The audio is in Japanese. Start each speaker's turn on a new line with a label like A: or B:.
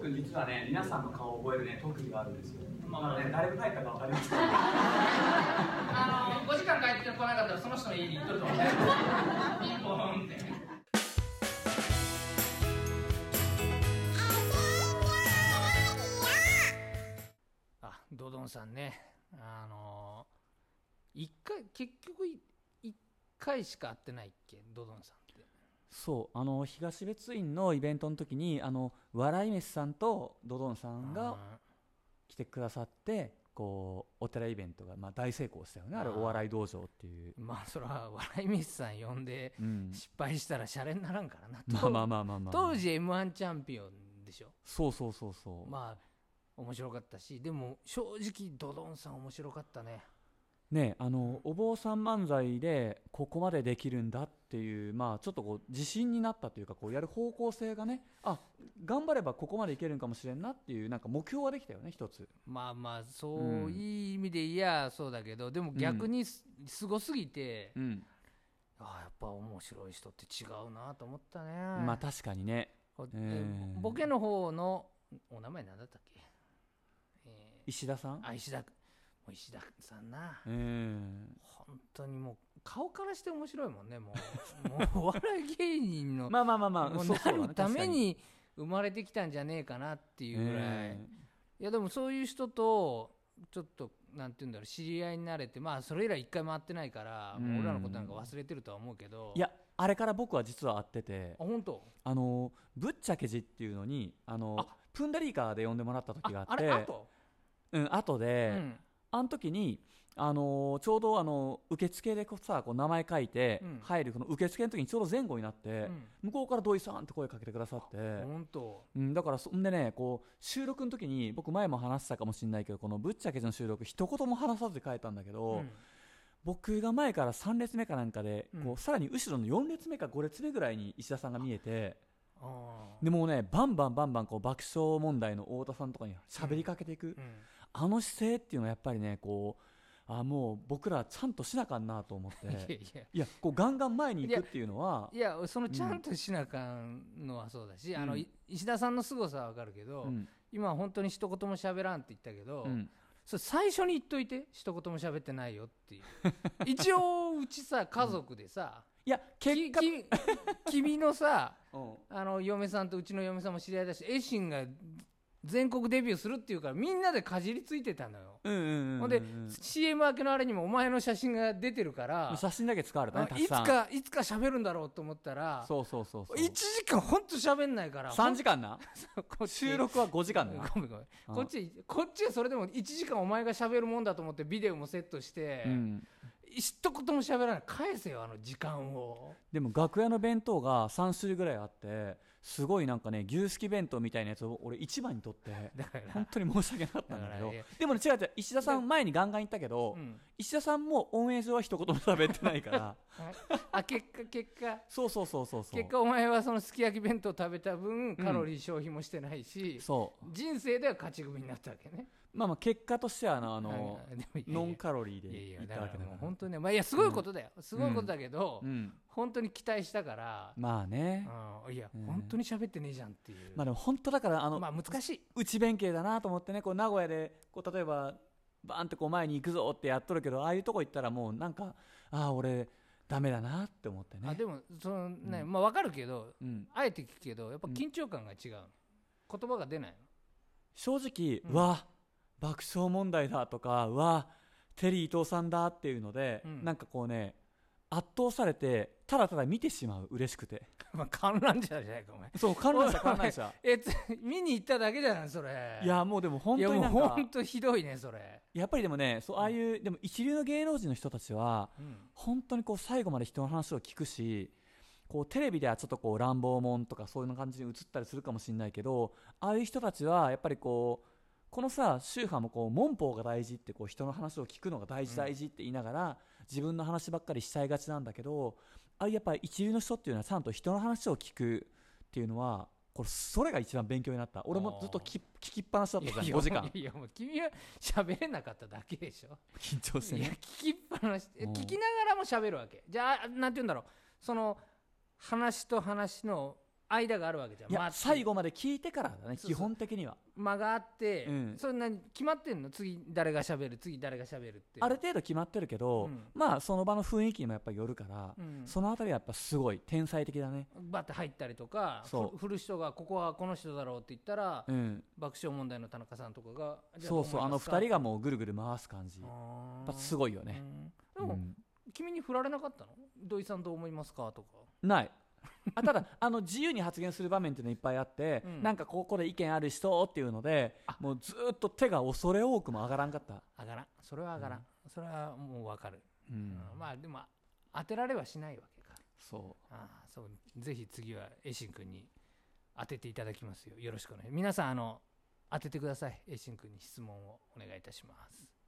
A: く実はね、皆さんの顔を覚えるね、特技があるんですよ。まあね、誰が書いたかわかりますか
B: あの5時間帰ってこなかったらその人の家に行っとると思うねピンポンってね
C: あドドンさんねあのー、一回結局い一回しか会ってないっけドドンさんって
D: そうあの東別院のイベントの時にあの笑い飯さんとドドンさんが
C: あ
D: 来てくださってこうお寺イベントがまあ大成功したよねあれ
C: あー
D: お笑い道場っていう
C: ー、まあそら笑い飯さん呼んで
D: うん、
C: 失敗 したらシャレにならんからな、
D: まあまあまあまあまあ
C: 当時 m 1チャンピオンでしょ
D: そうそうそうそう、
C: まあ面白かったしでも正直ドドンさん面白かったね
D: ねあのお坊さん漫才でここまでできるんだっていうまあちょっとこう自信になったというかこうやる方向性がねあ頑張ればここまでいけるんかもしれんなっていうなんか目標はできたよね一つ
C: まあまあそう、
D: うん
C: いい意味でいやそうだけどでも逆にす,、ごすぎて、
D: うん
C: ああやっぱ面白い人って違うなと思ったね
D: まあ確かにね
C: こ
D: え
C: え
D: ー
C: ボケの方のお名前何だったっけ、え
D: 石田さん
C: ー、あ石田もう石田さんな
D: うん
C: 本当にもう顔からして面白いもんねもう もうお笑い芸人の、
D: まあまあまあまあ
C: もう
D: そうそうだね
C: なるため
D: 確かに
C: に生まれてきたんじゃねえかなっていうぐらい、
D: え
C: いやでもそういう人とちょっとなんて言うんだろう知り合いになれてまあそれ以来一回回ってないから、
D: うん
C: もう俺らのことなんか忘れてるとは思うけど
D: えいやあれから僕は実は会ってて
C: あ本当
D: あのぶっちゃけじっていうのにあの
C: あ
D: プンダリーカーで呼んでもらった時があ
C: あ
D: って
C: あれあと、
D: うん後で、
C: うん
D: あの時に、あのーちょうど、あのー受付でこうさこう名前書いて
C: うん
D: 入る、この受付の時にちょうど前後になって、
C: ん
D: 向こうから土井さんって声かけてくださって、
C: 本当
D: うん、だからそんでねこう収録の時に僕前も話したかもしれないけどこの「ぶっちゃけじ」の収録一言も話さずに帰ったんだけど、
C: うん
D: 僕が前から3列目かなんかで、
C: うん
D: こうさらに後ろの4列目か5列目ぐらいに石田さんが見えて。
C: あー
D: でもうねバンバンバンバンこう爆笑問題の太田さんとかに喋りかけていく、
C: うん
D: あの姿勢っていうのはやっぱりね、こう、あもう僕らちゃんとしなあかんなと思っ
C: いや
D: て、
C: いや
D: いや、こうガンガン前に行くっていうのは、
C: いやそのちゃんとしなあかんのはそうだし、あのい石田さんの凄さはわかるけど、
D: うん
C: 今本当に一言も喋らんって言ったけど、
D: うん
C: それ最初に言っといて一言も喋ってないよっていう 一応うちさ家族でさ、
D: いや、結
C: き
D: 果、
C: き君のさ
D: うん
C: あの嫁さんとうちの嫁さんも知り合いだしエシンが全国デビューするっていうからみんなでかじりついてたのよ、
D: うんうんうん、
C: ほんで CM 明けのあれにもお前の写真が出てるから
D: 写真だけ使われたね、
C: あ
D: たく
C: いつ
D: さん。
C: かいつか喋るんだろうと思ったら
D: そうそうそうそう。
C: 1時間ほんと喋んないから
D: 3時間な
C: 間 こっち
D: 収録は5時間な。
C: ごめんごめんこっちこっちはそれでも1時間お前が喋るもんだと思ってビデオもセットして、
D: うん
C: 一言も喋らない返せよあの時間を
D: でも楽屋の弁当が3種類ぐらいあってすごいなんかね牛すき弁当みたいなやつを俺一番にとって
C: だから
D: 本当に申し訳なかったんだけ
C: だ
D: ど
C: からいや
D: でもね違う違う石田さん前にガンガン言ったけど、
C: うん
D: 石田さんもオンエア上は一言も喋ってないから
C: はいあ結果結果
D: そうそうそうそうそう
C: 結果お前はそのすき焼き弁当食べた分カロリー消費もしてないし、
D: そう
C: 人生では勝ち組になったわけね
D: まあまあ結果としてはあのあの
C: はいでもいやいや
D: ノンカロリーで
C: いやい
D: い
C: や
D: った
C: だか
D: わけ
C: らも
D: だか
C: う
D: ら
C: 本当にね、まあ、いやすごいことだよ、すごいことだけど、
D: うん
C: 本当に期待したから、
D: まあね
C: うんいや、本当に喋ってねえじゃんっていう
D: ま
C: ま
D: あでも本当だからあ
C: あ、
D: の
C: 難しい
D: 内弁慶だなと思ってねこう名古屋でこう例えばバーンってこう前に行くぞってやっとるけどああいうとこ行ったらもうなんかああ俺ダメだなって思って
C: あ
D: ね
C: でもそのね、まあ分かるけど、
D: うん
C: あえて聞くけどやっぱ緊張感が違う、言葉が出ないの
D: 正直、うわ爆笑問題だとかうわテリー伊藤さんだっていうので、
C: ん
D: なんかこうね圧倒されてただただ見てしまう嬉しくて
C: まあ観覧車じゃないかお前
D: そう観覧車観覧車
C: えつ見に行っただけじゃないそれ
D: いやもうでも本当になん
C: いやもう
D: か
C: 本当ひどいねそれ
D: やっぱりでもねそうああいう、でも一流の芸能人の人たちは、
C: ん
D: 本当にこう最後まで人の話を聞くしこうテレビではちょっとこう乱暴もんとかそういう感じに映ったりするかもしれないけどああいう人たちはやっぱりこうこのさ宗派もこう文法が大事ってこう人の話を聞くのが大事大事って言いながら、自分の話ばっかりしちゃいがちなんだけどああいうやっぱり一流の人っていうのはちゃんと人の話を聞くっていうのはこれそれが一番勉強になった俺もずっと聞き聞きっぱなしだったじゃん
C: いや
D: 5時間
C: いやもう君は喋れなかっただけでしょ
D: 緊張して
C: いや
D: ね
C: 聞きっぱなしえ
D: うん
C: 聞きながらも喋るわけじゃあなんて言うんだろうその話と話の間があるわけじゃん
D: いや
C: 待って
D: 最後まで聞いてからだね
C: そうそう
D: 基本的には
C: 間があって、
D: うん
C: それ何決まってんの次誰が喋る次誰が喋るって
D: ある程度決まってるけど、
C: うん
D: まあその場の雰囲気にもやっぱりよるから、
C: うん
D: そのあたりはやっぱすごい天才的だね
C: バッて入ったりとか
D: そう
C: ふ振る人がここはこの人だろうって言ったら、
D: うん
C: 爆笑問題の田中さんとかがじゃ
D: そうそうあの二
C: が
D: 人がもうぐるぐる回す感じやっぱすごいよね、
C: でも、
D: うん
C: 君に振られなかったの土井さんどう思いますかとか
D: ない あただあの自由に発言する場面っていうのいっぱいあって、
C: うん
D: なんかここで意見ある人っていうのでもうずーっと手が恐れ多くも上がらんかった、
C: 上がらんそれは上がらん、それはもう分かる、
D: うん
C: うんまあでも当てられはしないわけか
D: そ
C: ああそうぜひ次はエイシン君に当てていただきますよよろしくお願い皆さんあの当ててくださいエイシン君に質問をお願いいたします